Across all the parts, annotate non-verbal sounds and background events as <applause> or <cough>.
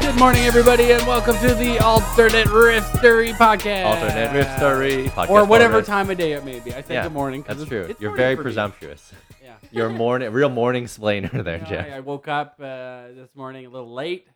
Good morning, everybody, and welcome to the Alternate Riftery Podcast. Alternate Rift Story podcast. Or whatever forward. time of day it may be. I said Yeah, good morning. 'cause That's it's- true. it's You're morning very for me. presumptuous. Yeah. <laughs> You're a morning, real morning splainer there, You know, I, I Jeff. woke up uh, this morning a little late.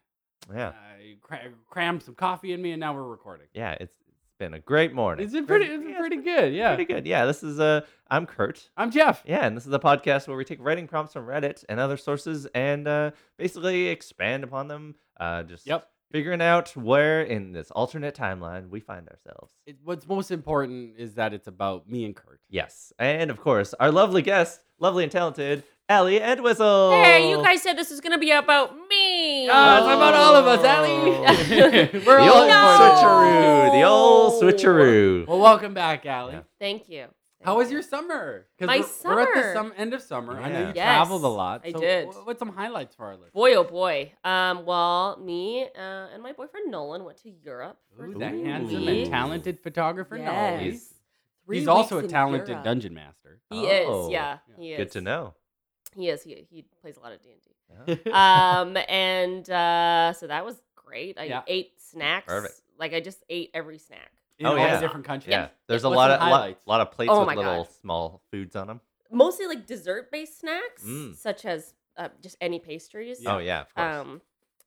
Yeah. I cra- crammed some coffee in me, and now we're recording. Yeah. It's, it's been a great morning. It's been pretty, it's yeah, been it's pretty been good, yeah. Pretty good. Yeah. This is, uh, I'm Kurt. I'm Jeff. Yeah. And this is a podcast where we take writing prompts from Reddit and other sources and uh, basically expand upon them. Uh, just Yep. figuring out where in this alternate timeline we find ourselves. It, what's most important is that it's about me and Kurt. Yes. And of course, our lovely guest, lovely and talented, Allie Edwistle. Hey, you guys said this was gonna be about me. Ah, Oh. it's about all of us, Allie. <laughs> Oh. we're The all old important. switcheroo. No. Oh. The old switcheroo. Well, welcome back, Allie. Yeah. <laughs> Thank you. How was your summer? 'Cause My we're, We're at the summer. sum- end of summer. I know you Yeah. Yes, traveled a lot. I so did. wh- What's some highlights for our listeners? Boy, oh boy. Um, well, me uh, and my boyfriend Nolan went to Europe. For Ooh, three that Ooh. handsome and weeks. talented photographer. No, Yes. he's, Three he's also weeks a in talented Europe. dungeon master. He Oh. is, yeah, he is. Good to know. He is. He, he plays a lot of D and D. <laughs> yeah, Um, and uh, so that was great. I Yeah. ate snacks. Perfect. Like I just ate every snack. in oh, all yeah. the different countries. Yeah. There's a What's lot some of lot, highlights? lot of plates Oh with my little God. small foods on them. Mostly like dessert-based snacks, Mm. such as uh, just any pastries. Yeah. Oh yeah, of course. um,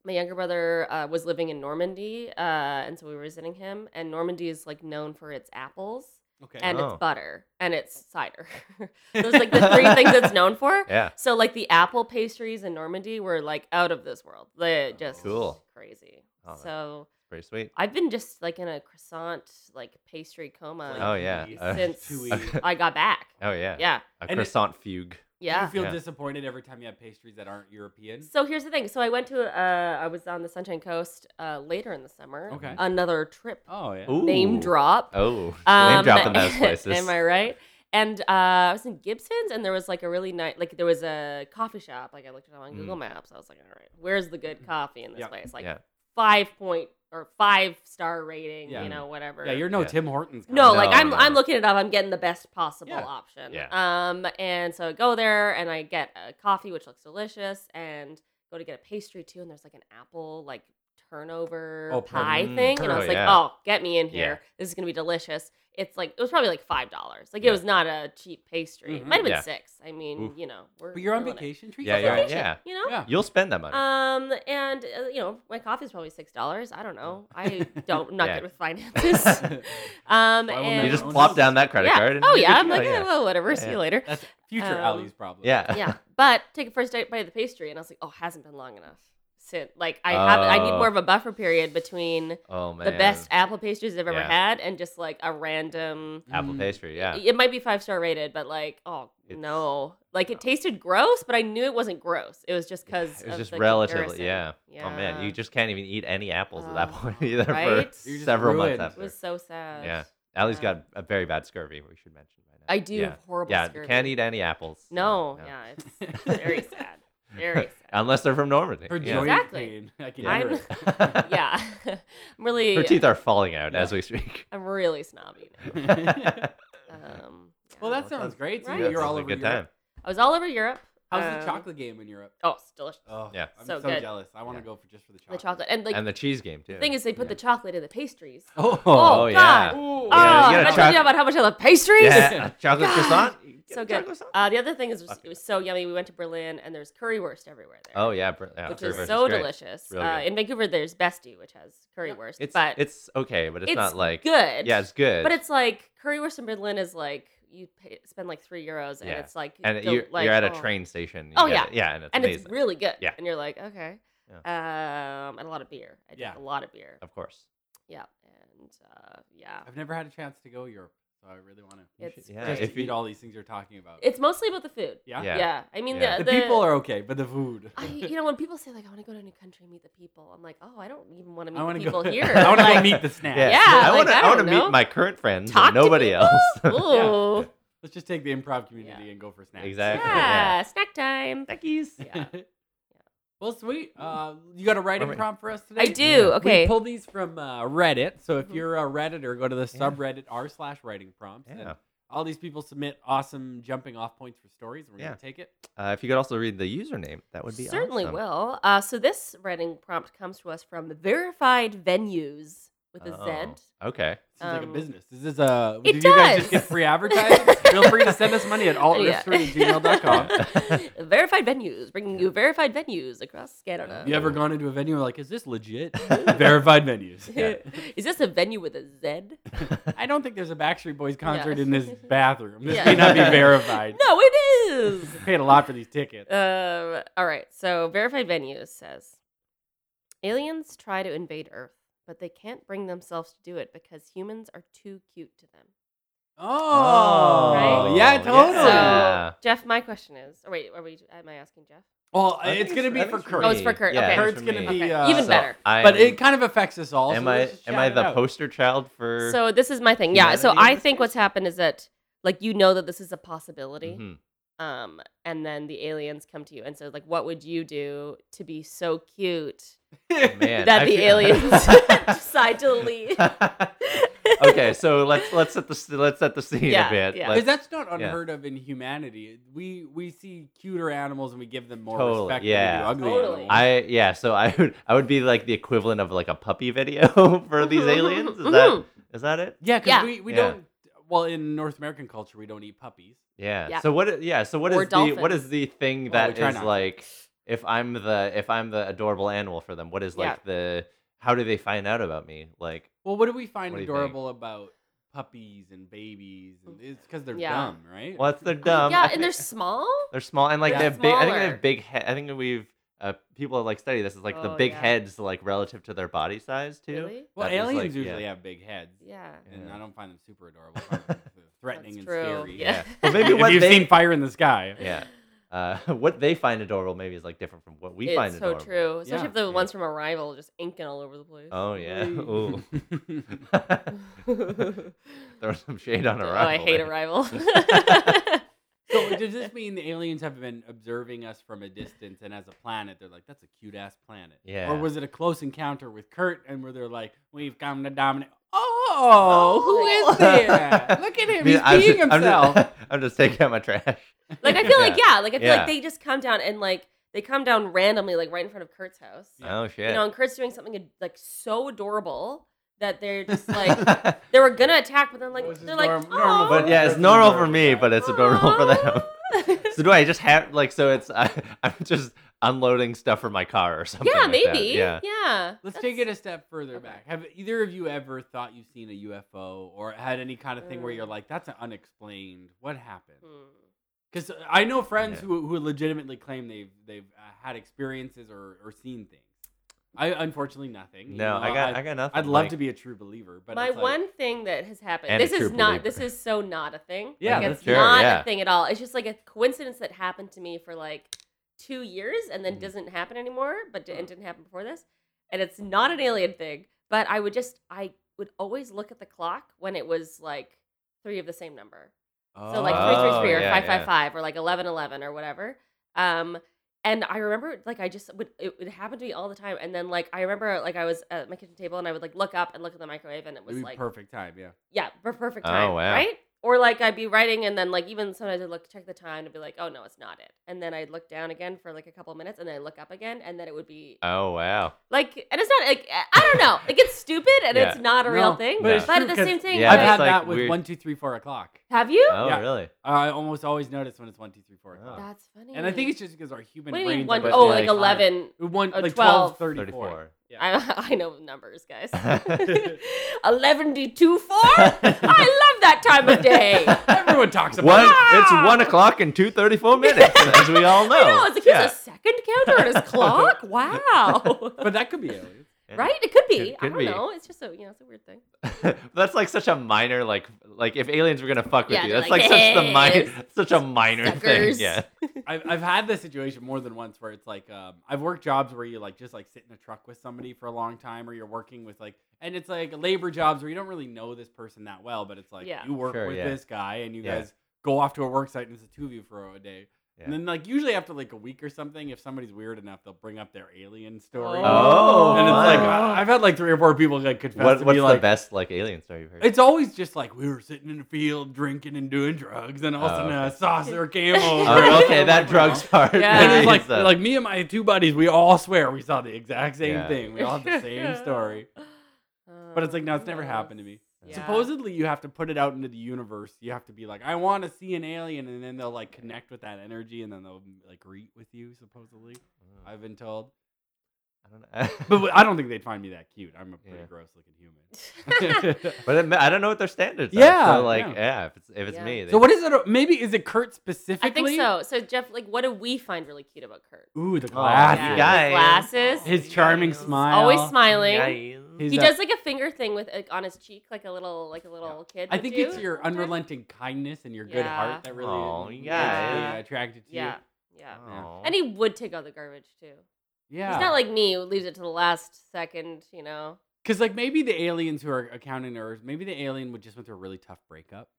my younger brother uh, was living in Normandy, uh, and so we were visiting him. And Normandy is like known for its apples Okay. and Oh. its butter and its cider. <laughs> Those like the three things it's known for. yeah. So like the apple pastries in Normandy were like out of this world. They Oh. just Cool. crazy. Oh, that's- so Very sweet. I've been just like in a croissant like pastry coma Oh, yeah. Please. Uh, <laughs> since Two weeks. I got back. Oh <laughs> yeah. Yeah, A And it- croissant fugue. Do you yeah. feel Yeah. disappointed every time you have pastries that aren't European? So here's the thing. So I went to uh, I was on the Sunshine Coast uh, later in the summer. Okay. Another trip Oh yeah. Ooh. name drop. Oh. name Um, <laughs> dropping those places. Am I right? And uh, I was in Gibson's, and there was like a really nice, like there was a coffee shop. Like I looked it up on Mm. Google Maps. I was like, all right, where's the good coffee in this Yeah. place? Like Yeah. five point or five star rating, Yeah. you know, whatever. Yeah, you're no Yeah. Tim Hortons. kind no, of like No, I'm, no. I'm looking it up. I'm getting the best possible Yeah. option. Yeah. Um, and so I go there and I get a coffee, which looks delicious, and go to get a pastry too. And there's like an apple like turnover Oh, pie perfect. thing, and I Oh, was like, yeah. oh, get me in here. Yeah. This is gonna be delicious. It's like it was probably like five dollars. Like Yeah. Mm-hmm. it was not a cheap pastry. Mhm. It might have been Yeah. six. I mean, Oof. you know, we're But you're on feeling it. vacation. Treat Yeah, yourself. you're- Vacation, yeah. You know. Yeah. You'll spend that money. Um and uh, you know my coffee is probably six dollars. I don't know. I don't not Yeah. good with finances. <laughs> um I will and you just Oh, no. plop down that credit yeah. card. And oh you're yeah, good I'm to like, go. "Eh, well, whatever. Yeah, See yeah. <laughs> you later. <laughs> That's future Um, Ali's problem. yeah. yeah, but take a first date bite of the pastry, and I was like, oh, hasn't been long enough. Since like I have, I need Oh. more of a buffer period between Oh man. the best apple pastries I've ever Yeah. had and just like a random. apple Mm. pastry. Yeah. It might be five star rated, but like, oh It's- no, like no. it tasted gross, but I knew it wasn't gross. It was just because It was of just the relatively. comparison. Yeah. Oh man, you <laughs> just can't even eat any apples at that Oh, point <laughs> either right? for You're just several ruined. months it after. was so sad. Yeah. Allie's Yeah. got a very bad scurvy. We should mention by now. I do Yeah. have horrible. yeah, scurvy. can't eat any apples. <laughs> No, yeah, it's very sad. Very sad. Unless they're from Normandy. Her yeah. <laughs> joint Exactly. pain. I can Yeah. hear it. yeah, <laughs> I'm really. Her teeth are falling out Yeah. as <laughs> we speak. I'm really snobby. Now. <laughs> well, Um, yeah. Well, that sounds Well, that's- great. So Right. You're all a over good Europe. time. I was all over Europe. How's the Um, chocolate game in Europe? Oh, it's delicious. Oh, Yeah. I'm so, So good. jealous. I want to Yeah. go for just for the the chocolate. chocolate and like and the cheese game too. the thing is, they put yeah. the chocolate in the pastries. Oh, Oh, oh yeah. God. Ooh. Yeah, oh, you I gotta told try- you about how much I love pastries. Yeah, <laughs> a chocolate God. croissant. You get So a good. chocolate croissant? <laughs> Uh, the other thing is, it was, Fuck. it was so yummy. We went to Berlin, and there's currywurst everywhere there. oh yeah, br- yeah which currywurst is so great. delicious. Really uh, good. in Vancouver, there's Bestie, which has currywurst, It's but it's okay, but it's, it's not like good. yeah, it's good. but it's like currywurst in Berlin is like you pay, spend like three euros, and Yeah. it's like and del- you're, like, you're at a oh. train station. you Oh, get yeah. it. yeah, and it's and amazing. it's really good. Yeah. And you're like, okay. Um, and a lot of beer. I drank Yeah. a lot of beer. of course. Yeah. And uh, yeah. I've never had a chance to go Europe, so I really want to. You It's should- yeah, just if great. to eat you all these things you're talking about. It's mostly about the food. yeah. Yeah. Yeah. I mean, Yeah. The, The, people are okay, but the food. <laughs> I, you know, when people say like, I want to go to a new country and meet the people, I'm like, oh, I don't even want to meet I want the to go <laughs> people here. I want to go Like, meet the snack. Yeah. I like, want to. I I want to don't meet know. my current friends <laughs> Talk and to nobody people? <laughs> else. <laughs> Ooh. Let's just take the improv community and go for snacks. Yeah. <laughs> Exactly, yeah. Snack time. Becky's. Yeah. Well, sweet. Uh, you got a writing Alright. prompt for us today? I do. We Okay. We pull these from uh, Reddit, so if Mhm. you're a redditor, go to the Yeah. subreddit r slash writing prompts. and Yeah. All these people submit awesome jumping off points for stories. and We're Yeah. gonna take it. Uh, if you could also read the username, that would be certainly awesome. will. Uh, so this writing prompt comes to us from verified venues with a Z. Oh, Okay. Seems like a Um, business. Is this a? it did you guys just does. get free <laughs> advertising? Feel free to send us money at altriff3@gmail.com. <laughs> verified venues, bringing you verified venues across Canada. You ever gone into a venue and like, is this <laughs> legit? Very- Verified venues. Yeah. Is this a venue with a Z? <laughs> I don't think there's a Backstreet Boys concert Yeah. in <laughs> this bathroom. This Yeah. may not <laughs> be verified. No, it <laughs> is. Paid a lot for these tickets. Um, all right. So, verified venues says aliens try to invade Earth, but they can't bring themselves to do it because humans are too cute to them. Oh, Right? yeah, totally. Yeah. So, Jeff, my question is: Oh wait, are we? Am I asking Jeff? Well, I think it's gonna I be think for it's Kurt, Oh, it's for Kurt, Yeah, okay. it's Kurt's for gonna <laughs> me. be Okay, uh, even So better. I But am- it kind of affects us all. am so I let's just am shout I it the out. poster child for? So this is my thing. Yeah. humanity So Er, in I this think what's happened is that like you know that this is a possibility. Mhm. Um, and then the aliens come to you, and so like, what would you do to be so cute <laughs> Man, that I the feel- <laughs> aliens <laughs> decide to leave? <laughs> okay, so let's let's set the s- let's set the scene Yeah, a bit. yeah. Let's- Because that's not unheard of in humanity. We we see cuter animals and we give them more Totally, respect. yeah. Than we do ugly Totally. animals. I yeah, so I would I would be like the equivalent of like a puppy video <laughs> <laughs> for these Mhm, mhm, aliens. Is that mhm. is that it? yeah, because Yeah. we, we Yeah. don't. Well, in North American culture, we don't eat puppies. Yeah. Yeah. So what? i- Yeah. So what is Or the what is dolphins. the thing Well, we that try is not to. like if I'm the if I'm the adorable animal for them? What is like the how do they find out about me? Like Well, what do we find What do you think? adorable about puppies and babies? And it's because they're Yeah. dumb, right? well, it's they're dumb. yeah, um, I and thi- they're small. they're small and like Yeah. they have big. I think they Smaller. have big. He- I think we've uh, people like study this is like the Oh, big yeah. heads like relative to their body size too. Really? well, that is, aliens like, yeah. usually have big heads, Yeah. and Yeah. I don't find them super adorable. I find them threatening <laughs> and That's true. scary. <laughs> Yeah. Well, <laughs> maybe If what you've they- seen Fire in the Sky, Yeah. Uh, <laughs> what they find adorable maybe is like different from what we it's find so adorable. true. Especially Yeah. if the Yeah. ones from Arrival just inking all over the place. <laughs> Oh yeah. <laughs> Ooh. <laughs> oh, Throw some shade on arrival. eh? I hate there. Arrival. <laughs> <laughs> so does this mean the aliens have been observing us from a distance, and as a planet, they're like, "That's a cute ass planet." Yeah. Or was it a close encounter with Kurt, and where they're like, "We've come to dominate." Oh, who is there? <laughs> Look at him. mean, He's I'm being ju- I'm ju- <laughs> himself. I'm just taking out my trash. <laughs> like I feel like yeah, like I feel Yeah. like they just come down and like they come down randomly, like right in front of Kurt's house. Yeah. Oh shit. You know, and Kurt's doing something ad- like so adorable that they're just like <laughs> they were gonna attack, but then like Well, this is they're like, norm- normal oh, <laughs> but yeah, it's That's normal for adorable. me, but it's adorable for them. them. <laughs> So do I just have like so it's I, I'm just unloading stuff from my car or something. yeah, like that. maybe. Yeah. Yeah. yeah. Let's take it a step further Okay. back. Have either of you ever thought you've seen a UFO or had any kind of thing where you're Mm. like, "That's an unexplained. What happened?" Hmm. Because I know friends Yeah. who who legitimately claim they've they've uh, had experiences or, or seen things. I unfortunately nothing. you No, know, I got I, I'd, got nothing. I'd love to be a true believer, but My it's like- one thing that has happened. And a This is true not. This believer. is so not a thing. Yeah, like, that's it's true, not yeah. a thing at all. It's just like a coincidence that happened to me for like two years and then Mhm. doesn't happen anymore. But d- it didn't happen before this, and it's not an alien thing. But I would just I would always look at the clock when it was like three of the same number. So like Oh, three three three or yeah, five yeah. five five or like eleven eleven or whatever. Um, and I remember like I just would it would happen to me all the time. And then like I remember like I was at my kitchen table and I would like look up and look at the microwave and it it would was be like perfect time. Yeah. yeah per- perfect Oh, time wow. right. Or like I'd be writing and then like even sometimes I'd look check the time and be like oh no it's not it. And then I'd look down again for like a couple of minutes and then I look up again and then it would be Oh wow. like and it's not like I- I don't know like it's stupid and Yeah. it's not a No, real thing. but But, it's true at the 'cause same thing, Yeah, I've it's like- had like that with weird- one two three four o'clock. have you? Oh Yeah. really? I almost always notice when it's one two three four Oh. o'clock, That's funny. and I think it's just because our human what do you brains. are mean one? just Oh, like like eleven. One uh, like 12, 12, 34. I, <laughs> I know numbers, <laughs> guys. <laughs> Eleven to two four. I love that time <laughs> <laughs> of day. Everyone talks about One, it. it's one o'clock and two thirty-four minutes, as we all know. <laughs> I know. It's like here's a second counter on <laughs> his clock. Wow. but that could be aliens. Yeah. right? It could be. Could- I could don't be. know. It's just a you know, it's a weird thing. <laughs> That's like such a minor, like, like if aliens were gonna fuck with Yeah, you, they're that's like, like, such the minor, "Yes, such a minor suckers." thing. Yeah. I've, I've had this situation more than once where it's like um, I've worked jobs where you like just like sit in a truck with somebody for a long time or you're working with like and it's like labor jobs where you don't really know this person that well but it's like Yeah. you work Sure, with yeah. this guy and you Yeah. guys go off to a work site and it's the two of you for a day Yeah. And then like usually after like a week or something, if somebody's weird enough, they'll bring up their alien story. Oh, and it's fun. like I, I've had like three or four people like confess What, to what's me the like best like alien story you've heard? it's always just like we were sitting in the field drinking and doing drugs, and all of a Oh, sudden okay. a saucer came over. <laughs> oh, okay, I'm that like, drugs "Well." part. Yeah. <laughs> And it's like is, uh, like me and my two buddies, we all swear we saw the exact same Yeah. thing. We all <laughs> had the same story, Oh, but it's like no, it's never happened to me. Yeah. Supposedly, you have to put it out into the universe. You have to be like, I want to see an alien, and then they'll like connect with that energy, and then they'll like greet with you. Supposedly, oh, I've been told, I don't know. Mm. <laughs> but I don't think they'd find me that cute. I'm a pretty Yeah. gross looking human. <laughs> but it, ma- I don't know what their standards are. Yeah, So like, yeah. yeah, if it's if it's Yeah. me, they, so what is it? uh, Maybe is it Kurt specifically? <laughs> I think so. So Jeff, like, what do we find really cute about Kurt? Ooh, the Oh, glasses. you Yeah. guys. Glasses. His charming smile. Always smiling. Guys. His- uh, He that- does like a finger thing with like, on his cheek, like a little like a little kid. I would think do it's your sometimes. unrelenting kindness and your good Yeah. heart that really Aw, makes yeah. me attracted to Yeah, yeah. Aw. And he would take out the garbage too. you. Yeah. He's not like me who leaves it to the last second. You know. Because like maybe the aliens who are accounting errors, maybe the alien would just went through a really tough breakup.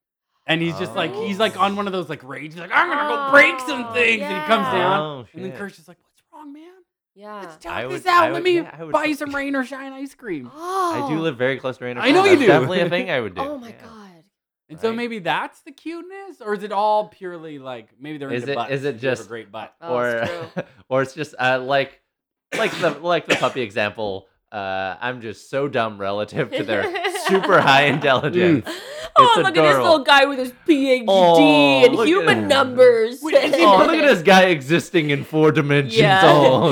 And he's just like he's like on one of those like rage, he's like, I'm gonna go break some Oh, things. And he comes yeah. down. Oh, and then shit. Kurt's just like, What's wrong, man? Yeah. Let's talk I this would- out. I Let would- me yeah, I would buy fuck- some rain or shine ice <laughs> cream. Oh. I do live very close to Rain. I know you That's do. Definitely a thing I <laughs> would do. Oh my yeah. god. And so Right. maybe that's the cuteness, or is it all purely like maybe they're Is into it- butts? is it if you have a just- great butt? Oh, it's true. or or it's just uh, like like the like the puppy example. Uh, I'm just so dumb relative to their super high intelligence. oh, It's look at this adorable. little guy with his PhD Oh, and look at human him. numbers. Wait, <laughs> is he Oh, look at this guy existing in four dimensions. Yeah. Oh,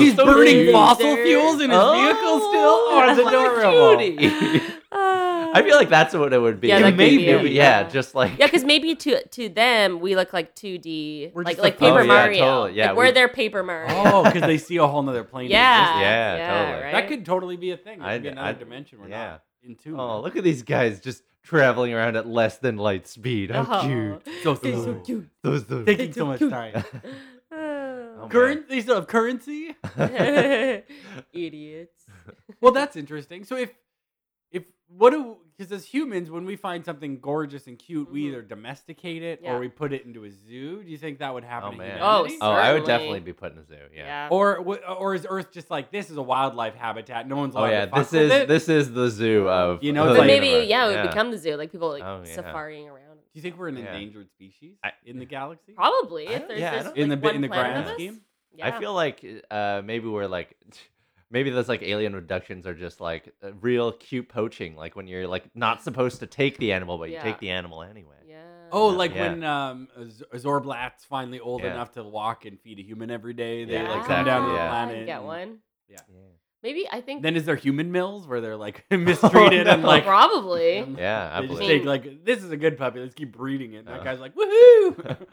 <laughs> He's <laughs> so burning weird. fossil there. fuels in his Oh, vehicle still. Oh, <laughs> it's what a adorable. <laughs> <laughs> cutie. Ah. I feel like that's what it would be. Yeah, that could maybe. be it. yeah, Yeah. just like <laughs> Yeah, because maybe to to them we look like 2D, We're like just like a phone. Paper Oh, yeah, Mario. totally. Yeah, like, we- we're their Paper Mario. Oh, because they see a whole nother plane. of yeah, existence. <laughs> Yeah, totally. right? that could totally be a thing. That could be I'd- another I'd- dimension we're yeah. not in tune. with. <laughs> Oh, look at these guys just traveling around at less than light speed. How Oh. cute. so They're so slow. cute. Those, those. Taking <laughs> <laughs> It's so so much cute. time. <laughs> Oh. Current, they still have currency. <laughs> <laughs> Idiots. Well, that's interesting. So if if what do because as humans, when we find something gorgeous and cute, we Mhm. either domesticate it Yeah. or we put it into a zoo. Do you think that would happen? Oh, to man. Oh, humanity? oh, I would Certainly. definitely be put in a zoo. Yeah. Or w- or is Earth just like this is a wildlife habitat? No one's Oh allowed yeah, to fuck this with is it? this is the zoo of You know, the it's like- But maybe universe. yeah, it would become the zoo. Like people like Oh, yeah. safaring around. Do you think we're an Yeah. endangered species I- in the galaxy? Probably I if don't- there's yeah, I just, don't- in the like, bi- in one the planet grand of us. scheme. Yeah. I feel like uh, maybe we're like, <laughs> maybe those like alien reductions are just like uh, real cute poaching, like when you're like not supposed to take the animal, but you Yeah. take the animal anyway. Yeah. Oh, Yeah. like Yeah. when um, Z- Zorblat's finally old Yeah. enough to walk and feed a human every day, they Yeah, like come down to the Yeah. planet. Get and- one. Yeah. Maybe I think Then is there human mills where they're like <laughs> mistreated and Oh, no. like <laughs> probably. um, Yeah, I they just believe. think like this is a good puppy. Let's keep breeding it. And that Uh. guy's like woohoo.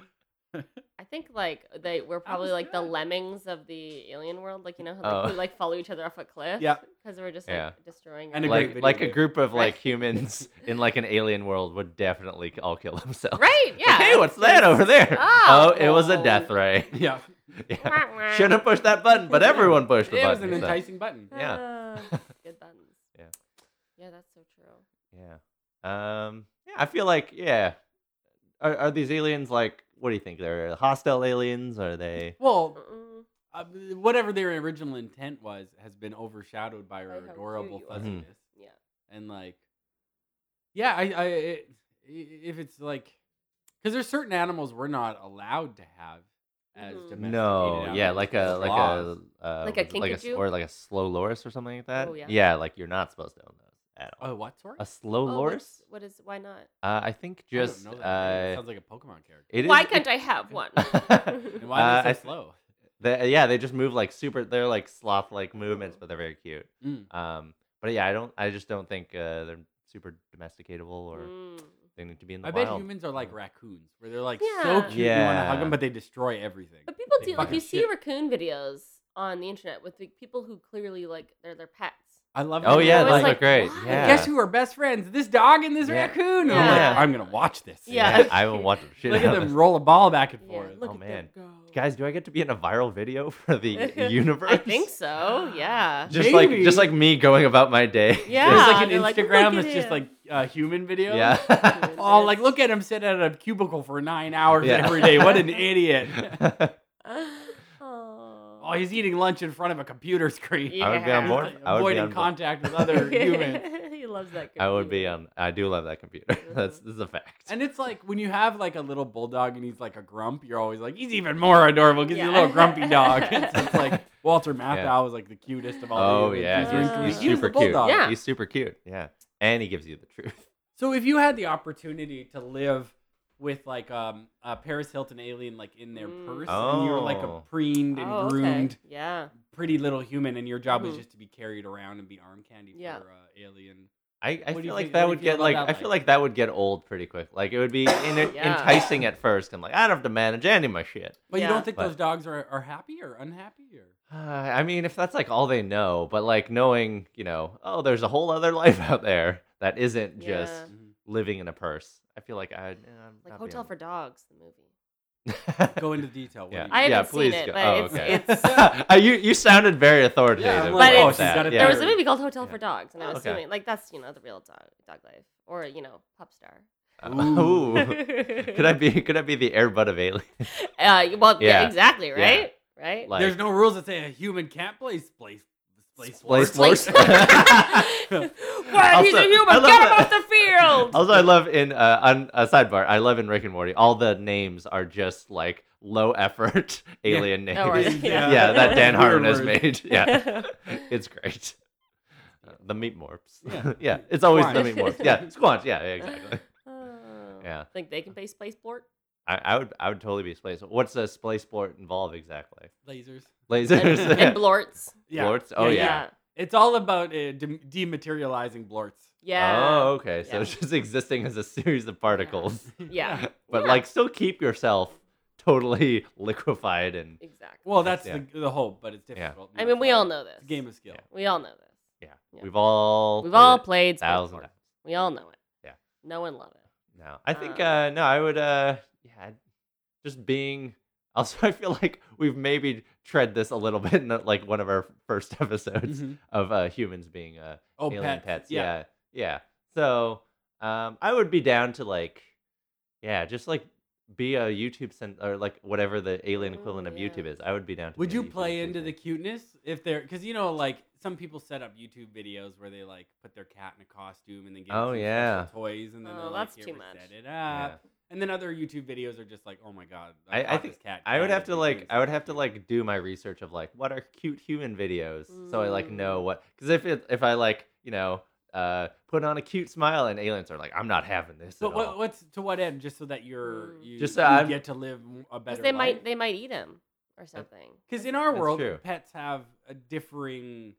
<laughs> I think like they were probably was like the good. lemmings of the alien world, like you know, who, Oh. like, who like follow each other off a cliff. <laughs> Yeah. because we're just like Yeah. destroying. And a great like video like a game. group <laughs> of like Right. humans in like an alien world would definitely all kill themselves. right? <laughs> Yeah. Like, <laughs> hey, what's that over <laughs> there? Oh, it was a well. death ray. <laughs> yeah, <laughs> yeah. Should have pushed that button, but everyone pushed the it was button. an so- enticing button. Yeah. <laughs> Ah, good buttons. Yeah. Yeah, that's so true. Yeah. Um. Yeah. I feel like yeah. Are, are these aliens like? What do you think? They're hostile aliens? Are they? Well, Mm-mm. uh, whatever their original intent was has been overshadowed by By how her cute adorable you are. Mhm. Mm-hmm. fuzziness. Yeah. and like yeah i i it, i- if it's like because there's certain animals we're not allowed to have as Mhm. domesticated No. Yeah. animals Like because a of like laws. a uh, Like a was it like kinkajou? or like a slow loris or something like that. Oh, yeah. Like you're not supposed to own those at all. oh what sort A slow Oh, loris? what's- What is? Why not? Uh, I think just I don't know that. It uh, sounds like a pokemon character it is. Why it- can't <laughs> I have one? and <laughs> uh, why are they so I th- slow They, uh, yeah, they just move like super. They're like sloth like movements, but they're very cute. Mm. Um, but yeah, I don't. I just don't think uh, they're super domesticatable or Mm. they need to be in the i wild. Mm. bet humans are like raccoons where they're like so Yeah. cute you want to hug Yeah. them but they destroy everything But people They do like fucking you see shit. raccoon videos on the internet with like, people who clearly like they're their pets. i love Oh it. yeah, They're always those was look like, great. why? Yeah. guess who are best friends this dog and this Yeah. raccoon and i'm like Yeah. i'm gonna watch this Oh, <laughs> Yeah. <laughs> Yeah, I will watch the shit. look out at of them this. roll a ball back and forth look Oh, at man. them go. <laughs> Guys, do I get to be in a viral video for the universe? <laughs> I think so. Yeah. <laughs> Just like Maybe. just like me going about my day. <laughs> Yeah. There's like an they're like, "Look Instagram at that's just him." like uh, human video. Yeah. Oh, like look at him sit at a cubicle for nine hours Yeah. <laughs> every day. What an idiot! <laughs> yeah. oh, he's eating lunch in front of a computer screen. Yeah. I would be on He's, board. like, I would be avoiding on board. contact with <laughs> other humans. he loves that. I would be computer. on. I do love that computer. <laughs> That's this is a fact. And it's like when you have like a little bulldog and he's like a grump, you're always like, he's even more adorable because he's a Yeah. little grumpy <laughs> dog. it's, it's like Walter Matthau was like the cutest of all. oh the humans. yeah, He was- Uh, he's- he's, he was the super cute. bulldog. Yeah. He's super cute. Yeah, and he gives you the truth. <laughs> So if you had the opportunity to live with like um a Paris Hilton alien like in their Mm. purse, and you were like a Oh. preened and Oh, okay. groomed, Yeah. pretty little human, and your job was Mhm. just to be carried around and be arm candy Yeah. for uh, alien. I, I What do you feel like think- that what would do you feel get about like that, I feel like? like that would get old pretty quick. Like it <gasps> would be in, Yeah. enticing at first. I'm like, I don't have to manage any of my shit. <sighs> But Yeah. you don't think But- those dogs are, are happy or unhappy or Uh, I mean, if that's like all they know, but like knowing, you know, oh, there's a whole other <laughs> life out there that isn't Yeah. just Mm-hmm. living in a purse. I feel like eh, I Like Hotel for Dogs, the movie. <laughs> for go into detail? What do yeah. you- I yeah, haven't seen please it, go. but oh, it's- okay. it's- Uh, you you sounded very authoritative. Yeah, I'm like, about oh, she's that. got it yeah. There Yeah. was a movie called Hotel Yeah. for Dogs, and I was Okay. assuming like that's you know the real dog dog life or you know pop star. Ooh. <laughs> Ooh. <laughs> could I be could I be the Air Bud of aliens? Uh, well, yeah, Yeah. exactly, Yeah. right, right. Like, There's no rules that say a human can't play place place Play sports. <laughs> <laughs> sports. <laughs> Why he's a Also, human? I love Get him that- off the field. Also, I love in uh, on a sidebar. I love in Rick and Morty. All the names are just like low effort <laughs> Yeah. alien Oh, names. <laughs> right. Yeah. Yeah. that Dan Harmon Weird has words. <laughs> made. <laughs> Yeah, it's great. Uh, the meat morphs. <laughs> Yeah. it's always the Squanch. meat morphs. Yeah, squanch. Yeah, <laughs> yeah, exactly. Oh. Yeah. Think they can play space <laughs> sport? I, I would, I would totally be splice. What's a splice sport involve exactly? Lasers. Lasers. <laughs> and, and blorts. Blorts? Oh, Yeah. It's all about uh, dem- dematerializing blorts. Yeah. Oh, okay. So Yeah. it's just existing as a series of particles, <laughs> Yeah. <laughs> but Yeah. like still keep yourself totally <laughs> liquefied and Exactly. Well, that's Yeah. the, the hope, but it's Yeah. difficult. I mean, we all know this. It's a game of skill. Yeah. We all know this. yeah, Yeah. we've all We've played all it. played space thousand sport. times. We all know it. Yeah. No one loved it. No, I think Um, uh, no, I would uh, yeah, I'd- just being. <laughs> Also, I feel like we've maybe tread this a little <laughs> bit in like one of our first <laughs> episodes Mhm. of uh, humans being uh, Oh, alien pets. pets. Yeah. yeah, So, um, I would be down to like, yeah, just like be a YouTube cent- or like whatever the alien Oh, equivalent of yeah. YouTube is. I would be down. to Would be a you YouTube play into the cent. cuteness if they're because you know like some people set up YouTube videos where they like put their cat in a costume and then give it Oh, some special yeah. toys and then Oh, they're that's like, too Here, we much. set it Yeah. up. And then other YouTube videos are just like, oh my god, I- I caught think- this cat. I would trying have to do like things I would that have to you- like do my research of like what are cute human videos so I like know Mm. what because if it, if I like you know uh put on a cute smile and aliens are like I'm not having this But at what, all. what's to what end? Just so that you're Mm. you, Just just so you I'm- get to live m- a better Because they life. might they might eat him or something. Because in our That's world, true. pets have a differing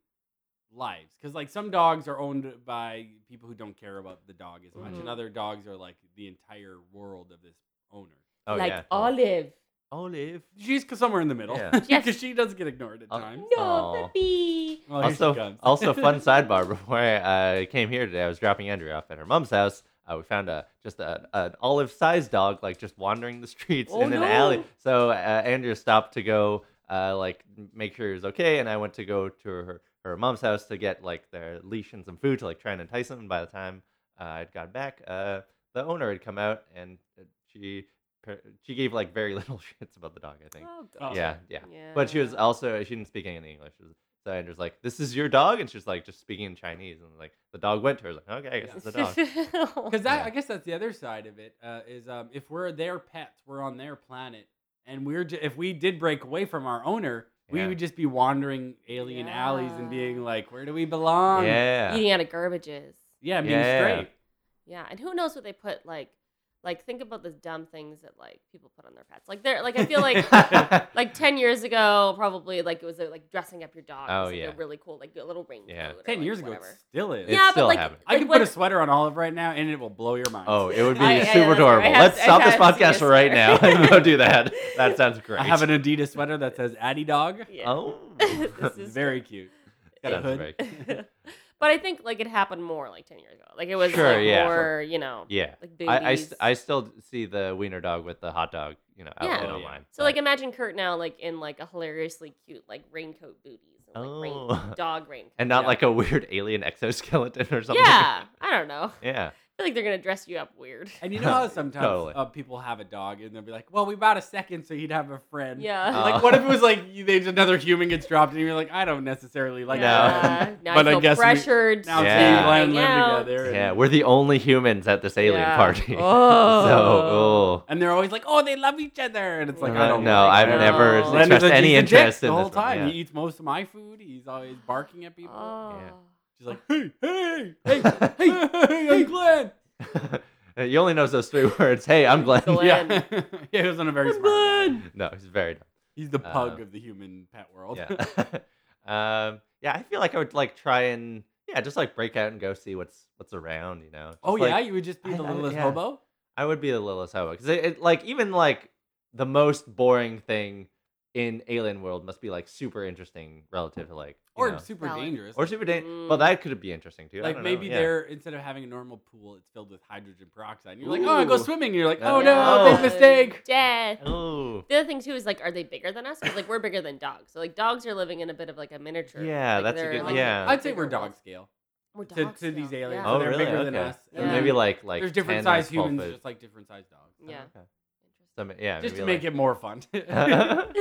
lives. Because like some dogs are owned by people who don't care about the dog as much, Mm-hmm. Mhm. and other dogs are like the entire world of this owner. oh like yeah Olive. olive She's c- somewhere in the middle <laughs> Yeah. because Yes. she does get ignored at Oh. times. No, Aw. puppy. Well, here she also comes. <laughs> also <laughs> fun sidebar before I uh, came here today I was dropping Andrew off at her mom's house uh, we found a just a, an olive sized dog like just wandering the streets Oh, in an no. alley so uh, Andrew stopped to go uh, like m- make sure he was okay and I went to go to her her mom's house to get like their leash and some food to like try and entice him and by the time uh, I'd got back uh, the owner had come out and uh, she per- she gave like very <laughs> little shits about the dog I think Oh, Oh. God. yeah yeah but she was <laughs> also she didn't speak any English. It was- So Andrew's like, "This is your dog," and she's like, just speaking in Chinese. And like, the dog went to her. I was like, "Okay, I guess Yeah. it's a <laughs> dog." Oh. Because that, Yeah. I guess that's the other side of it uh, is um, if we're their pets, we're on their planet, and we're ju- if we did break away from our owner, we Yeah. would just be wandering alien alleys and being Yeah. like, "Where do we belong?" yeah, Eating out of garbages. yeah, being Yeah. straight. Yeah, and who knows what they put like like think about the dumb things that like people put on their pets. Like they're like I feel <laughs> like like 10 years ago probably like it was uh, like dressing up your dog Oh, was, like, yeah. a really cool like a little raincoat. Yeah. or, Ten like, years ago, whatever. it still is. It yeah, still but like happened. I can like, put a sweater on Olive right now, and it will blow your mind. <laughs> oh, it would be I- I- that's super right. I adorable. have- Let's I stop this have seen podcast a right now <laughs> sweater. and go do that. That <laughs> sounds <laughs> great. I have an Adidas sweater that says "Addy Dog." what- yeah. <laughs> <laughs> Oh, <laughs> This is Very cute. It's got a Sounds hood. very <laughs> but I think like it happened more like 10 years ago. Like it was Sure, like, yeah. more, you know, yeah. like I I, booties. st- I still see the wiener dog with the hot dog, you know, outfit Yeah. Oh, yeah. online. so like but- imagine Kurt now like in like a hilariously cute like raincoat booties and like Oh. <laughs> rain, dog raincoat. and not yeah. like a weird alien exoskeleton or something. yeah, I don't know. <laughs> <laughs> yeah. feel like they're gonna dress you up weird. And you know <laughs> how sometimes Totally. uh, people have a dog and they'll be like, "Well, we bought a second so he'd have a friend." Yeah. <laughs> Like, Oh. what if it was like you- there's another human gets dropped and you're like, <laughs> "I don't necessarily like No. that." Yeah, now But I I feel guess we- pressured. Now to Yeah. it's me, Glenn, hang out. live together. and- Yeah, we're the only humans at this alien Yeah. party. <laughs> Oh. So, oh. And they're always like, "Oh, they love each other," and it's like, Uh, "I don't." no, like I've that. never No. Glenn is expressed a any decent dick interest in the whole this one, time. yeah. He eats most of my food. He's always barking at people. Oh. She's like, "Hey, hey, hey, hey, hey, <laughs> I'm Glenn." <laughs> he oh. only knows those three words. Hey, I'm Glenn. Glenn. Yeah, <laughs> yeah, he wasn't a very smart. guy. <laughs> No, he's very dumb. He's the pug Uh, of the human pet world. <laughs> Yeah. um, yeah, <laughs> I feel like I would like try and yeah, just like break out and go see what's what's around. You know. Just, oh like, yeah, you would just be I- the I- littlest yeah. hobo. I would be the littlest hobo because it, it like even like the most boring thing in Alien World must be like super interesting relative to like you or know, super Valid. dangerous. or super dangerous. Mm. Well, that could be interesting too. I like don't know, maybe yeah. they're instead of having a normal pool, it's filled with hydrogen peroxide. And you're like, oh, I go Ooh. swimming. And you're like, Yeah. oh Yeah. no, big mistake. Death. Oh. The other thing too is like, are they bigger than us? 'Cause, like we're bigger than dogs. So like dogs are living in a bit of like a miniature. Yeah, like, that's a they're, good- like, yeah. I'd say bigger we're world. dog scale We're to, dogs to these now. aliens. Yeah. so Oh, they're really? bigger than Okay. us. So And Yeah. maybe like like there's different 10 or sized 12 humans, foot. just like different sized dogs. Yeah. Okay. So, ma- yeah. Just to maybe, make it more <laughs> fun. <laughs> <laughs> like-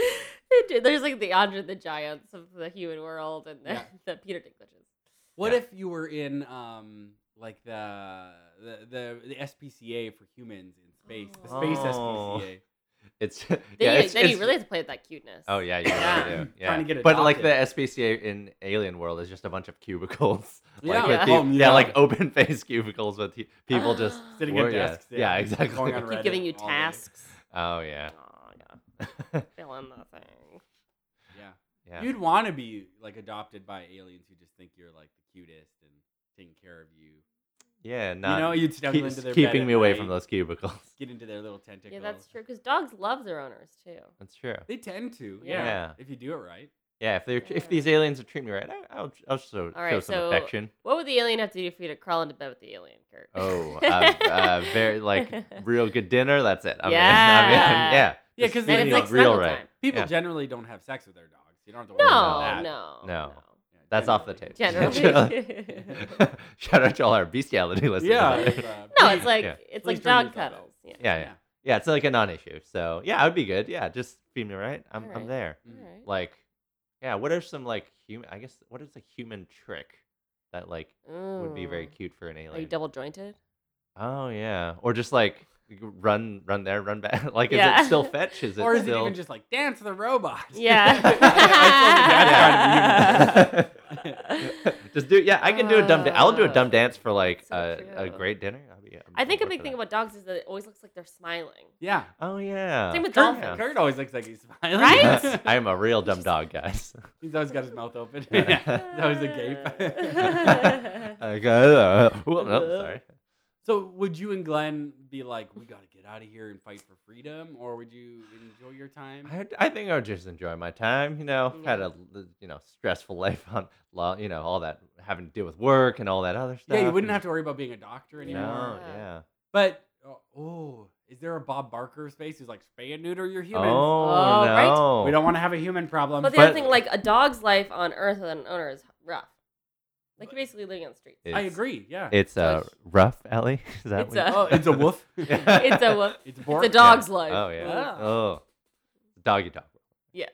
Dude, There's like the Andre the Giants of the human world and the, Yeah. <laughs> the Peter Dinklages. what Yeah. if you were in um like the the the, the SPCA for humans in space, the space Oh. SPCA? <laughs> it's Then, yeah. you, It's, then you it's- really have to play with that cuteness. <laughs> Oh yeah, you Yeah. really do. Yeah. Trying to get but like the adopted. SPCA in Alien World is just a bunch of cubicles. <laughs> Yeah. like, with Yeah. peop- Oh, yeah, yeah. like open face cubicles with pe- Ah. people <gasps> just. Sitting Or- at yeah. desks. Yeah, exactly. going on Keep Reddit giving you all day. tasks. Oh yeah. Oh yeah, <laughs> fill in the thing. Yeah. yeah. You'd want to be like adopted by aliens who just think you're like the cutest and taking care of you. yeah. Not you know, you'd snuggle keep- into their bed keeping at me away night, from those cubicles. <laughs> Get into their little tentacles. Yeah, that's true. Because dogs love their owners too. That's true. They tend to. Yeah. Yeah. Yeah. If you do it right. Yeah, if they are Yeah. if these aliens would treat me right, I, I'll I'll show, All show right, some so- <laughs> affection. What would the alien have to do for you to crawl into bed with the alien, Kurt? <laughs> Oh, uh, uh, very like real good dinner. That's it. I'm <laughs> in. I'm in. Yeah. Yeah. Yeah, Just 'cause Then feeding it's Feeling like real snuggle right. time. People Yeah. generally don't have sex with their dogs. You don't have to worry about that. No, no, <laughs> No. Yeah, That's off the generally. table. <laughs> Generally. Shout out to all our bestiality listeners. Yeah. out there. it's, uh, <laughs> no, it's like Yeah. it's Please like turn dog these off, though. cuddles. Yeah. yeah, yeah, yeah. It's like a non-issue. So yeah, I would be good. Yeah, just feed me right. I'm I'm Alright. there. Mm. All Like, yeah. What are some like human? I guess what is a human trick that like right. would be very Mm. cute for an Are you alien? double jointed? Oh yeah, or just like you could run, run there, run back. <laughs> Like, is Yeah. it still fetch? <laughs> Is it Or is it still? even just like dance the robot? <laughs> Yeah. <laughs> I told you that's gotta be human. yeah. <laughs> just do yeah. I can do a dumb. Da- I'll do a dumb Uh, dance for like so a, a true. great dinner. I'll be, I think a I'm big thing about. about dogs is that it always looks like they're smiling. yeah. Oh yeah. <laughs> Same with Kurt, dolphins. Kurt always looks like he's smiling. Right? I am a real <laughs> dumb dog, guys. <laughs> <laughs> he's always got his mouth open. Yeah. yeah. That was <laughs> <laughs> a gape. Like, uh, well, no, sorry. <laughs> So would you and Glenn be like, we gotta get out of here and fight for freedom, or would you enjoy your time? I, I think I would just enjoy my time. You know, Yeah. had a you know stressful <laughs> life on law. You know, all that having to deal with work and all that other stuff. yeah, you wouldn't and- have to worry about being a doctor anymore. No, Yeah. yeah. But oh, oh, is there a Bob Barker space who's like spay and neuter your humans? Oh, Oh, right. no. We don't want to have a human problem. But the But- other thing, like a dog's life on Earth without an owner is rough. Like you're basically living on <laughs> the streets. I It's- agree. Yeah. It's uh, Touch. rough, Ellie. <laughs> Is that It's what you- oh, it's a wolf. Yeah. <laughs> it's a wo- <laughs> It's it's a Bork. dog's life. Oh yeah. Yeah. <laughs> Oh, doggy dog. Yeah.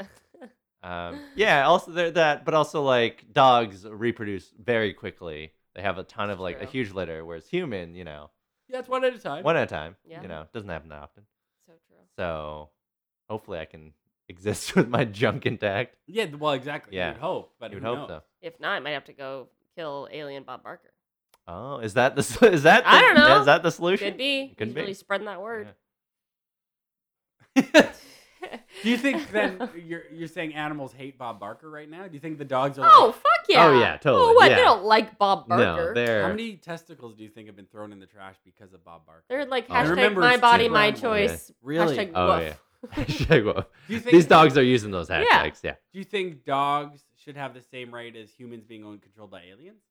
Um, yeah. Also, there that, but also like dogs reproduce very quickly. They have a ton of like a True. huge litter, whereas human, you know, Yeah, it's one at a time. one at a time. Yeah. You know, doesn't happen that often. So true. So hopefully I can <laughs> exist with my junk intact. Yeah. Well, exactly. Yeah. You'd hope, but You would who knows? hope so. If not, I might have to go kill alien Bob <laughs> Barker. Oh, is that the s- <laughs> is that the, I don't know. is that the solution? Could be. Could He's be. really spreading that word. <laughs> <laughs> Do you think then you're you're saying animals hate Bob Barker right now? Do you think the dogs are? Oh like, fuck yeah! Oh, yeah, totally, Oh what? yeah. <laughs> They don't like Bob No, Barker. they're, there. How many testicles do you think have been thrown in the trash because of Bob Barker? like I hashtag remember my it's body, Tim my Brown. choice. Really? Hashtag Oh, woof. yeah. Hashtag woof. do <laughs> you think These dogs are using those Yeah. hashtags. Yeah. Do you think dogs should have the same right as humans being owned controlled by aliens?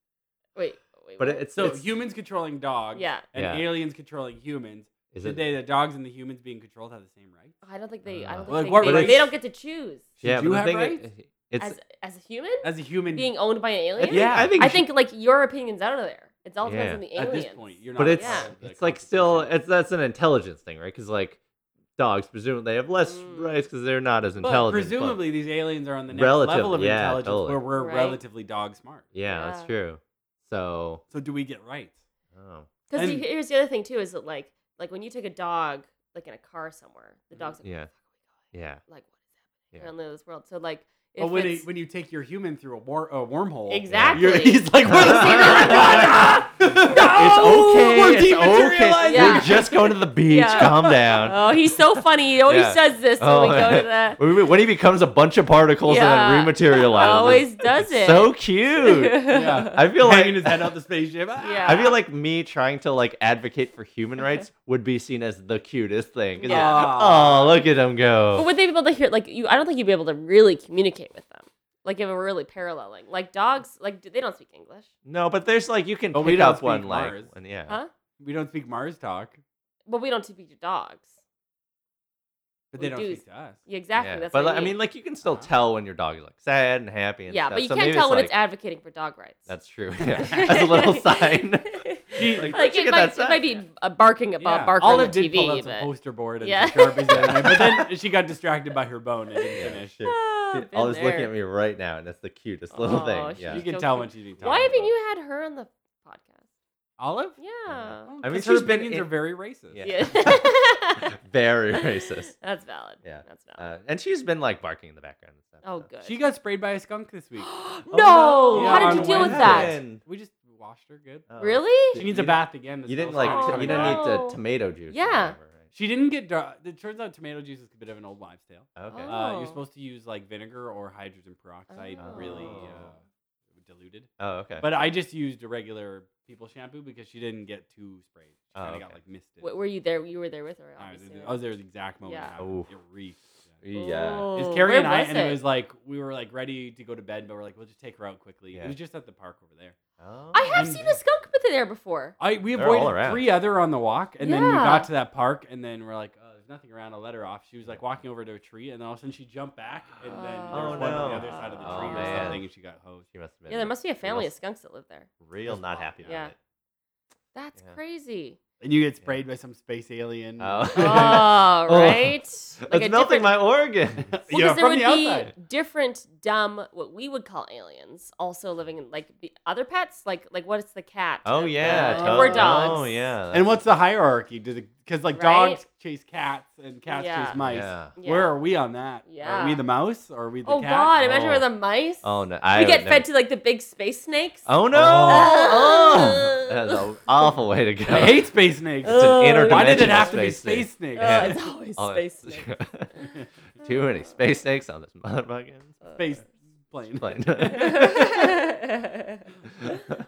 Wait, wait. But what? it- it's So it's, humans controlling dogs, yeah, and Yeah. aliens controlling humans. Is should it? they, the dogs and the humans being controlled, have the same rights? I don't think they. I Uh, don't Like, think what they, race- they don't get to choose Should yeah, you but have the thing rights i- it's as as a human eh, as a human? being owned by an I alien. think- Yeah. I think I sh- think like your opinion's out of there. It's all depends Yeah. on the At aliens. this point, you're not. but it's part of the it's like still competition. it's that's an intelligence thing, right? Because like dogs presumably they have less Mm. rights because they're not as But intelligent. but- presumably, these aliens are on the next Relative- level of yeah, intelligence totally. where we're Right. relatively dog smart. yeah, that's Yeah. true. So So do we get rights? oh, Because And- here's the other thing too is that like like when you take a dog like in a car somewhere, the Mhm. dog's like, Mm, Yeah. "Fuck, oh my God," yeah, like what is happening Yeah. around the end of this world? So like, if But when, it's- it, when you take your human through a, war, a wormhole, <laughs> Exactly. you're- <laughs> he's like, <laughs> "What is going on?" it's okay. we're it's okay. dematerializing. Yeah. We're just going to the beach. Yeah. Calm <laughs> down. oh, he's so funny. He always Yeah. does this when Oh, we <laughs> go to the. When he- when he becomes a bunch of particles Yeah. and then rematerializes, Always does it. So <laughs> cute. Yeah. I <laughs> feel Hanging like his head out the spaceship. Ah. Yeah. <laughs> I feel like me trying to like advocate for human rights would be seen as the cutest thing. It's like, Yeah. oh, look at him But go. would they be able to hear? Like you, I don't think you'd be able to really communicate with them. Like if we're really paralleling, like dogs, like d- they don't speak English. No, but there's like you can But we pick don't up speak one Mars. like one- yeah. Huh? We don't speak Mars talk, But we don't speak to dogs. but they We don't do. speak to us. Yeah, exactly. Yeah. That's but what like, I mean, like you can still Uh-huh. tell when your dog is like sad and happy and yeah, stuff. but you So can't maybe tell when like, it's advocating for dog rights. <laughs> That's <laughs> true. Yeah. That's a <laughs> little sign. Like, like where'd you it get might, that it might be a barking a Bob Barker Olive on the did pull out TV, some but poster board and Yeah. some Sharpies the other night, but then <laughs> she got distracted by her bone and didn't finish. Shit. Ah, All been is looking there. at me right now, and that's the cutest little Oh, thing. she's Yeah. <laughs> <laughs> You just- can So tell cute. when she's eating. Why Taco haven't Bell. you had her on the podcast? Olive? Yeah, Yeah. I mean, her she's been opinions in- are very racist. Yeah. yeah. <laughs> Very <laughs> racist. That's valid. Yeah. that's valid. Uh, and she's been like barking in the background and stuff. oh, so. good. She got sprayed by a skunk this <gasps> week. no, Oh, no. how Yeah, did you on deal with Wednesday. that? We just washed her good. Oh. Really? She needs You a bath again. the You didn't smell's not like. t- Oh, you coming didn't out. need no. to tomato juice. or Yeah. whatever, right? She didn't get. Dry. It turns out tomato juice is a bit of an old wives' tale. Okay. Oh. Uh, you're supposed to use like vinegar or hydrogen peroxide, really uh, Oh. diluted. Oh, okay. But I just used a regular people shampoo because she didn't get too sprayed. She Oh, kind of got okay. like misted. W- were you there? You were there with her, I was, obviously. I was there at the exact moment. Yeah. it happened. Oof. It reeked. Yeah. yeah. It Oh, was Carrie where and I, was and it was like we were like ready to go to bed, but we're like, we'll just take her out quickly. It Yeah. was just at the park over there. Oh. I have and- seen a skunk bit there before. I we They're all avoided around. three other on the walk, and then we Yeah. got to that park, and then we're like, oh, there's nothing around. I'll let her off. She was like walking over to a tree, and all of a sudden she jumped back, and then there Oh, was one on the no. other side of the Oh, tree or man. something, and she got hosed. She must have been. Yeah, there must be a family of must- skunks that live there. Real not happy about Yeah. it. That's Yeah. crazy. And you get Yeah. sprayed by some space alien. <laughs> Oh. Oh, Oh. right. It's melting different- my organs. <laughs> Well, Yeah, 'cause from the there would be outside. different dumb, what we would call aliens, also living in like the other pets, like like what is the cat? oh of yeah. the- Uh, totally. we're or dogs. Oh yeah. and what's the hierarchy? Do because like Right? dogs chase cats and cats Yeah. chase mice. Yeah. Yeah. Where are we on that? Are we Yeah. the mouse? Or are we the Oh cat? God! Imagine Oh. we're the mice. Oh no. we I would get never- fed to like the big space snakes. Oh no! Oh. Oh, that's an awful way to go. I hate <laughs> space snakes. It's an inner Oh, Why did it dimensional have to be space snake. space snakes? Oh, it's always Oh, space snakes. <laughs> <laughs> Too many space snakes on this motherfucking <laughs> space plane. plane. <laughs> <laughs>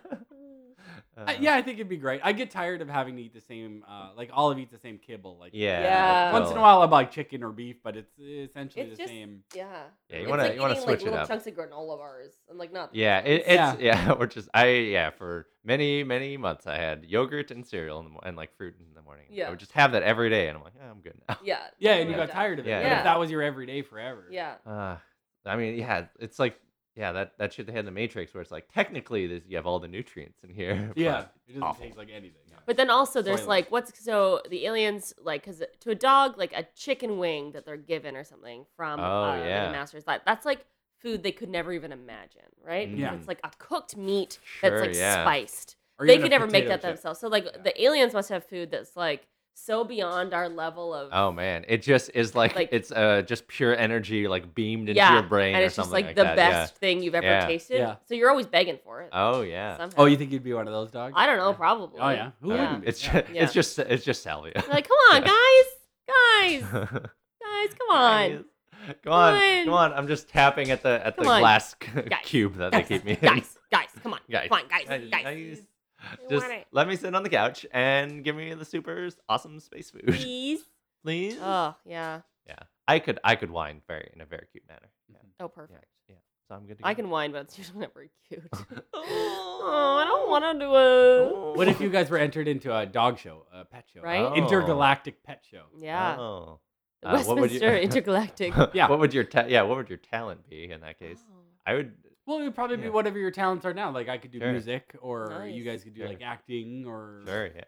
Uh, yeah, I think it'd be great. I get tired of having to eat the same, uh, like Olive eats the same kibble. Like Yeah. Yeah. once in a while, I buy chicken or beef, but it's essentially It's the just- same. <laughs> yeah. Yeah, you It's wanna like you wanna eating, switch like, it little up. Chunks of granola bars and like not. Yeah, it, Yeah. it's yeah. <laughs> We're just I yeah for many many months I had yogurt and cereal in the, mo- and like fruit in the morning. Yeah. I would just have that every day, and I'm like, "Ah, I'm good now. <laughs> Yeah. Yeah, and you totally got tired of it. Yeah. But Yeah. if that was your everyday forever, Yeah. Uh, I mean, yeah, it's like yeah that that shit they had in the Matrix where it's like technically this, you have all the nutrients in here. <laughs> yeah, it doesn't awful. taste like anything. But then also there's Soylent. like what's so the aliens like because to a dog like a chicken wing that they're given or something from Oh, uh, like, yeah. the master's life that's like food they could never even imagine right Because Yeah. it's like a cooked meat Mm. Sure, that's like yeah. spiced Or they even a could never make potato that chip. themselves so like Yeah. the aliens must have food that's like so beyond our level of Oh man, it just is like, Like- it's uh just pure energy like beamed into Yeah, your brain and or it's just something like like, the that, yeah. best thing you've ever Yeah. tasted Yeah. so you're always begging for it Oh yeah. somehow. Oh, you think you'd be one of those dogs? I don't know probably Oh yeah, who Uh, Yeah. wouldn't? be? It's Yeah. just, Yeah. it's just it's just salvia. like come <laughs> on guys guys guys <laughs> come on. Go on, Come go on. I'm just tapping at the at the Come on. glass c- Guys. cube that they keep me <laughs> in. guys, guys, come on, Guys. come on, guys, Guys, guys. guys. I Just <laughs> want it. let me sit on the couch and give me the super awesome space food, please. <laughs> please. Oh yeah. yeah, I could I could whine very in a very cute manner. Yeah, Oh yeah, perfect. yeah. So I'm good. To go. I can whine, but it's usually not very <laughs> cute. <laughs> oh, oh, I don't want to do What if you guys were entered into a dog show, a pet show, Right? An intergalactic pet show? it. Yeah. <laughs> Oh. The <laughs> Uh, what would you- Westminster Intergalactic. Yeah. What would your ta- yeah? What would your talent be in that case? Oh. I would. Well, it would probably be Yeah. whatever your talents are now. Like I could do Sure. music, or you Nice. guys could do Sure. like acting, or Sure, yeah.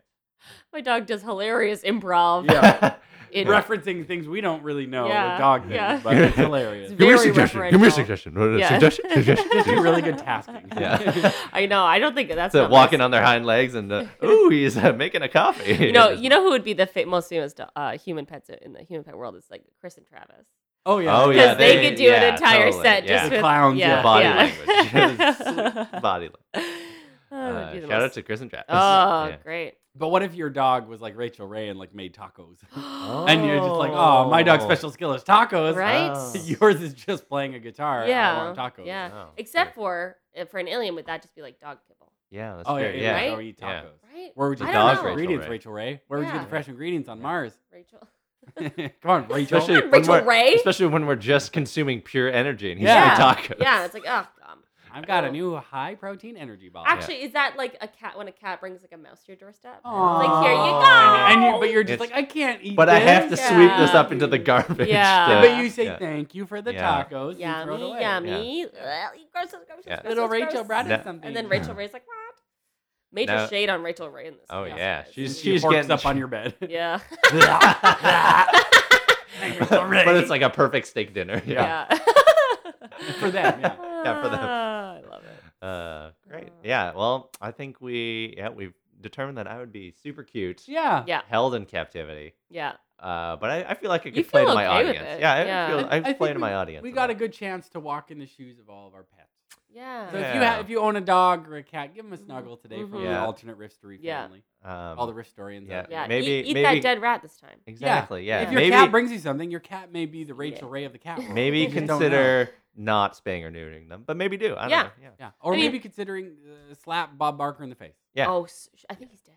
My dog does hilarious improv. Yeah. <laughs> It- referencing things we don't really know, Yeah, like dog things. yeah. <laughs> But it's Yeah. hilarious. It's Give me a very suggestion. Give me a referential. suggestion. Yeah. <laughs> suggestion, suggestion, Just do really good tasking. Yeah. <laughs> I know. I don't think that's so not my walking on their hind legs and <laughs> uh, ooh, he's uh, making a coffee. <laughs> You know, you know who would be the fa- most famous do- uh, human pets in the human pet world is like Chris and Travis oh yeah. Oh, because yeah, they, they- could do yeah, an entire totally, set yeah. just The with clowns, yeah, yeah. body yeah. <laughs> language. <laughs> body language. That would Uh, be the shout out most- to Chris and Travis. Oh, Yeah. <gasps> great! <laughs> But what if your dog was like Rachel Ray and like made tacos? Oh. And you're just like, oh, my dog's special skill is tacos. <gasps> Right? <laughs> Oh. <laughs> Yours is just playing a guitar. I Yeah, want tacos. yeah. Wow. Except for uh, for an alien, would that just be like dog kibble, yeah, that's Oh yeah. fair. yeah. Yeah. Right? Go eat tacos. Yeah. right? Where would you I get don't the know. fresh ingredients, Rachel Ray. Rachel Ray? Where would you get Yeah. the fresh ingredients <laughs> on Mars? <laughs> Rachel, Come on, Rachel. Especially Come on, when Rachel we're- Ray. Especially when we're just consuming pure energy and he's Yeah. yeah. tacos. yeah, it's like oh, um, I've got a new high protein energy Oh, ball. actually, is that like a cat when a cat brings like a mouse to your doorstep? Aw. Like here you go. And you, but you're just It's- like, I can't eat. But I have to this." sweep this Yeah. up into the garbage. <laughs> Yeah. <laughs> to- But you say yeah. thank you for the Yeah. tacos. you throw it yummy, away. yummy. Ugh, gross, gross, gross, Yeah. gross, Little gross, Rachel gross. brought No. us something. And then Rachel Ray's like, what? Major No. shade on Rachel Ray in this. Oh, episode. yeah. She's- she forks getting- up on your bed. <laughs> <laughs> yeah. but it's like a perfect steak dinner. <laughs> Yeah. Yeah. <laughs> for <laughs> them. Yeah. for them. Ah, I love it. Uh, great. Uh. Yeah. Well, I think we yeah we've determined that I would be super cute, Yeah. Yeah. held in captivity. Yeah. Uh, but I, I feel like I could You play feel to my okay with audience. it. Yeah, I Yeah. feel I- I, I could play think to my audience. We in got a that. good chance to walk in the shoes of all of our pets. Yeah. So if you ha- Yeah. if you own a dog or a cat, give them a snuggle today from Mhm. the Yeah. alternate Rifstory Yeah. family. um, All the Riftorians. yeah. out there. yeah. maybe- eat, eat maybe- that dead rat this time. exactly. Yeah, If your maybe cat brings you something, your cat may be the Rachel Ray of the cat. world. maybe You just don't know. consider not spaying or neutering them, but maybe do. I don't Yeah. know. Yeah. Yeah, or I mean- maybe considering uh, slap Bob Barker in the face. Yeah. Oh, s- sh- I think he's dead.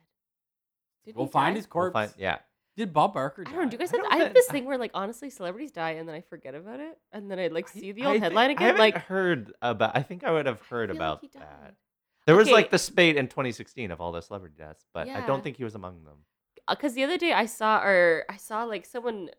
Did we'll he find die? his We'll corpse. find- yeah. Did Bob Barker? I Die? don't know. Do you guys have? don't I have thi- this thing where, like, honestly, celebrities die and then I forget about it, and then I like see the I old think- headline I again. haven't Like, heard about. I think I would have I heard feel like about he died. that. There was Okay. like the spate in 2016 of all the celebrity deaths, but I Yeah. don't think he was among them. because Uh, the other day I saw or I saw like someone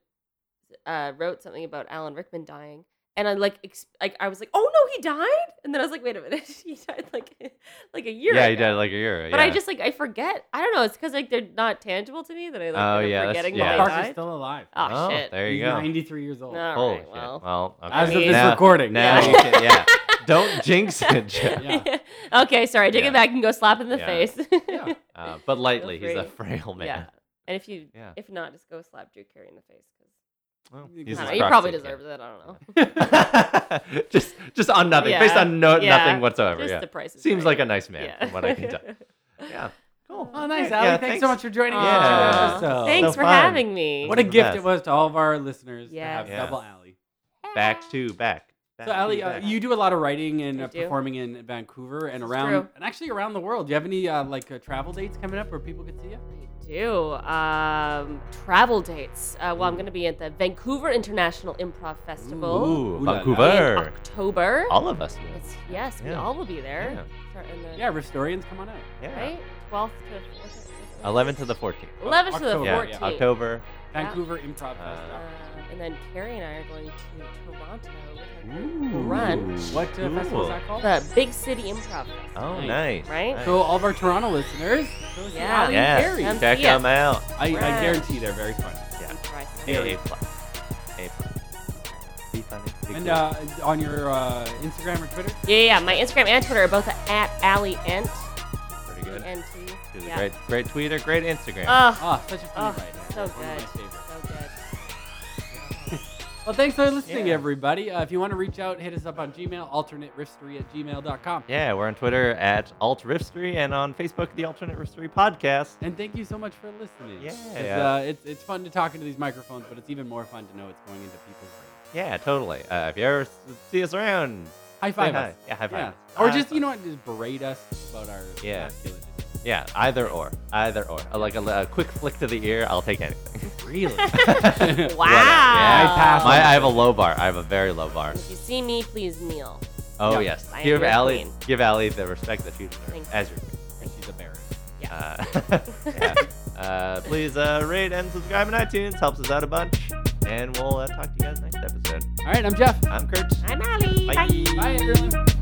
uh, wrote something about Alan Rickman dying, and I like ex- like I was like, oh no, he died, and then I was like, wait a minute, <laughs> he died like like a year. yeah, ago. he died like a year. But yeah. I just like I forget. I don't know. It's because like they're not tangible to me that I like Oh, end up yeah, that's- Bob forgetting yeah. that they Barker's died. still alive. oh, Oh, shit. There you He's go. 93 years old. No. Holy Alright, shit. well. <laughs> Well, okay. As of this now, recording. now Yeah. you can- yeah. <laughs> Don't jinx it. Jeff. Yeah. okay, sorry. Take Yeah. it back and go slap in the Yeah. face. <laughs> Yeah. Uh, but lightly, he's a free. frail Yeah. man. And if you Yeah. if not, just go slap Drew Carey in the face. 'cause- Well, You he's can- a I don't know, proxy he probably kid. deserves it. I don't Oh, know. <laughs> just, just on nothing, Yeah. based on no Yeah. nothing whatsoever. Just Yeah. the price. is Seems right. like a nice man, from what I <laughs> can tell. Yeah. Cool. Oh, nice, Okay. Ali. Yeah, thanks, so much for joining us. Yeah. on the Aw, episode. Thanks So for fun. having me. What a This is gift the it was to all of our listeners to Yes. have Yeah. double Allie. Back to back. back So, Ali, to uh, back. you do a lot of writing and I uh, do. performing in Vancouver and This is around, true. and actually around the world. Do you have any uh, like uh, travel dates coming up where people could see you? I do. Um, travel dates. Uh, well, I'm going to be at the Vancouver International Improv Festival Ooh, Ooh la la. in Vancouver. October. All of us. will. It's, yes, we Yeah. all will be there. Start in the, Yeah, Ristorians, come on out. Yeah. Right? 12th to what's it- what's it- 11 to the 14th. 11th to the October, yeah. 14th. October. Yeah. Vancouver Improv Uh, Fest. Uh, and then Carrie and I are going to Toronto with our group Ooh. Brunch. What uh, festival is Cool. that called? the Big City Improv Festival. Oh, Nice. nice. Right? nice. So all of our Toronto listeners, go see Yeah. Ali Yes. Carey. Come Check see us. them out. I, I Right. guarantee they're very fun. Yeah. I'm surprised. Yeah. A plus. A plus. Be funny. Be And cool. uh, on your uh, Instagram or Twitter, Yeah, yeah, yeah. My Instagram and Twitter are both at Allie Ent. pretty good. Ent. She's a Yeah. Uh, great, great tweeter, great Instagram. Ugh, ah, such a fun Oh, writer. so One of my good. favorites. <laughs> so good. Well, thanks for listening, Yeah. everybody. Uh, if you want to reach out, hit us up on Gmail, alternatelifstory at gmail.com. yeah, we're on Twitter at Alt Ripstery and on Facebook, The Alternate Ripstery Podcast. And thank you so much for listening. Yeah. It's, uh, it's, it's fun to talk into these microphones, but it's even more fun to know it's going into people's brains. Yeah, totally. Uh, if you ever s- see us around, High say five hi. us. Yeah, high five. Yeah. us. Or High just, you five. know what, just berate us about our Yeah. masculinity. Uh, Yeah, either or, either or. Uh, Like a, a quick flick to the ear, I'll take <laughs> anything. Really? <laughs> Wow. Yeah, I pass My, I have a low bar. I have a very low bar. If you see me, please kneel. Oh Yeah. yes, I am give your Allie, queen. give Allie the respect that she deserves Thank you. as your queen. And <laughs> she's a bear. Uh, <laughs> yeah. uh, please uh, rate and subscribe on iTunes. Helps us out a bunch. And we'll uh, talk to you guys next episode. All right, I'm Jeff. I'm Kurt. I'm Allie. Bye. Bye, everyone.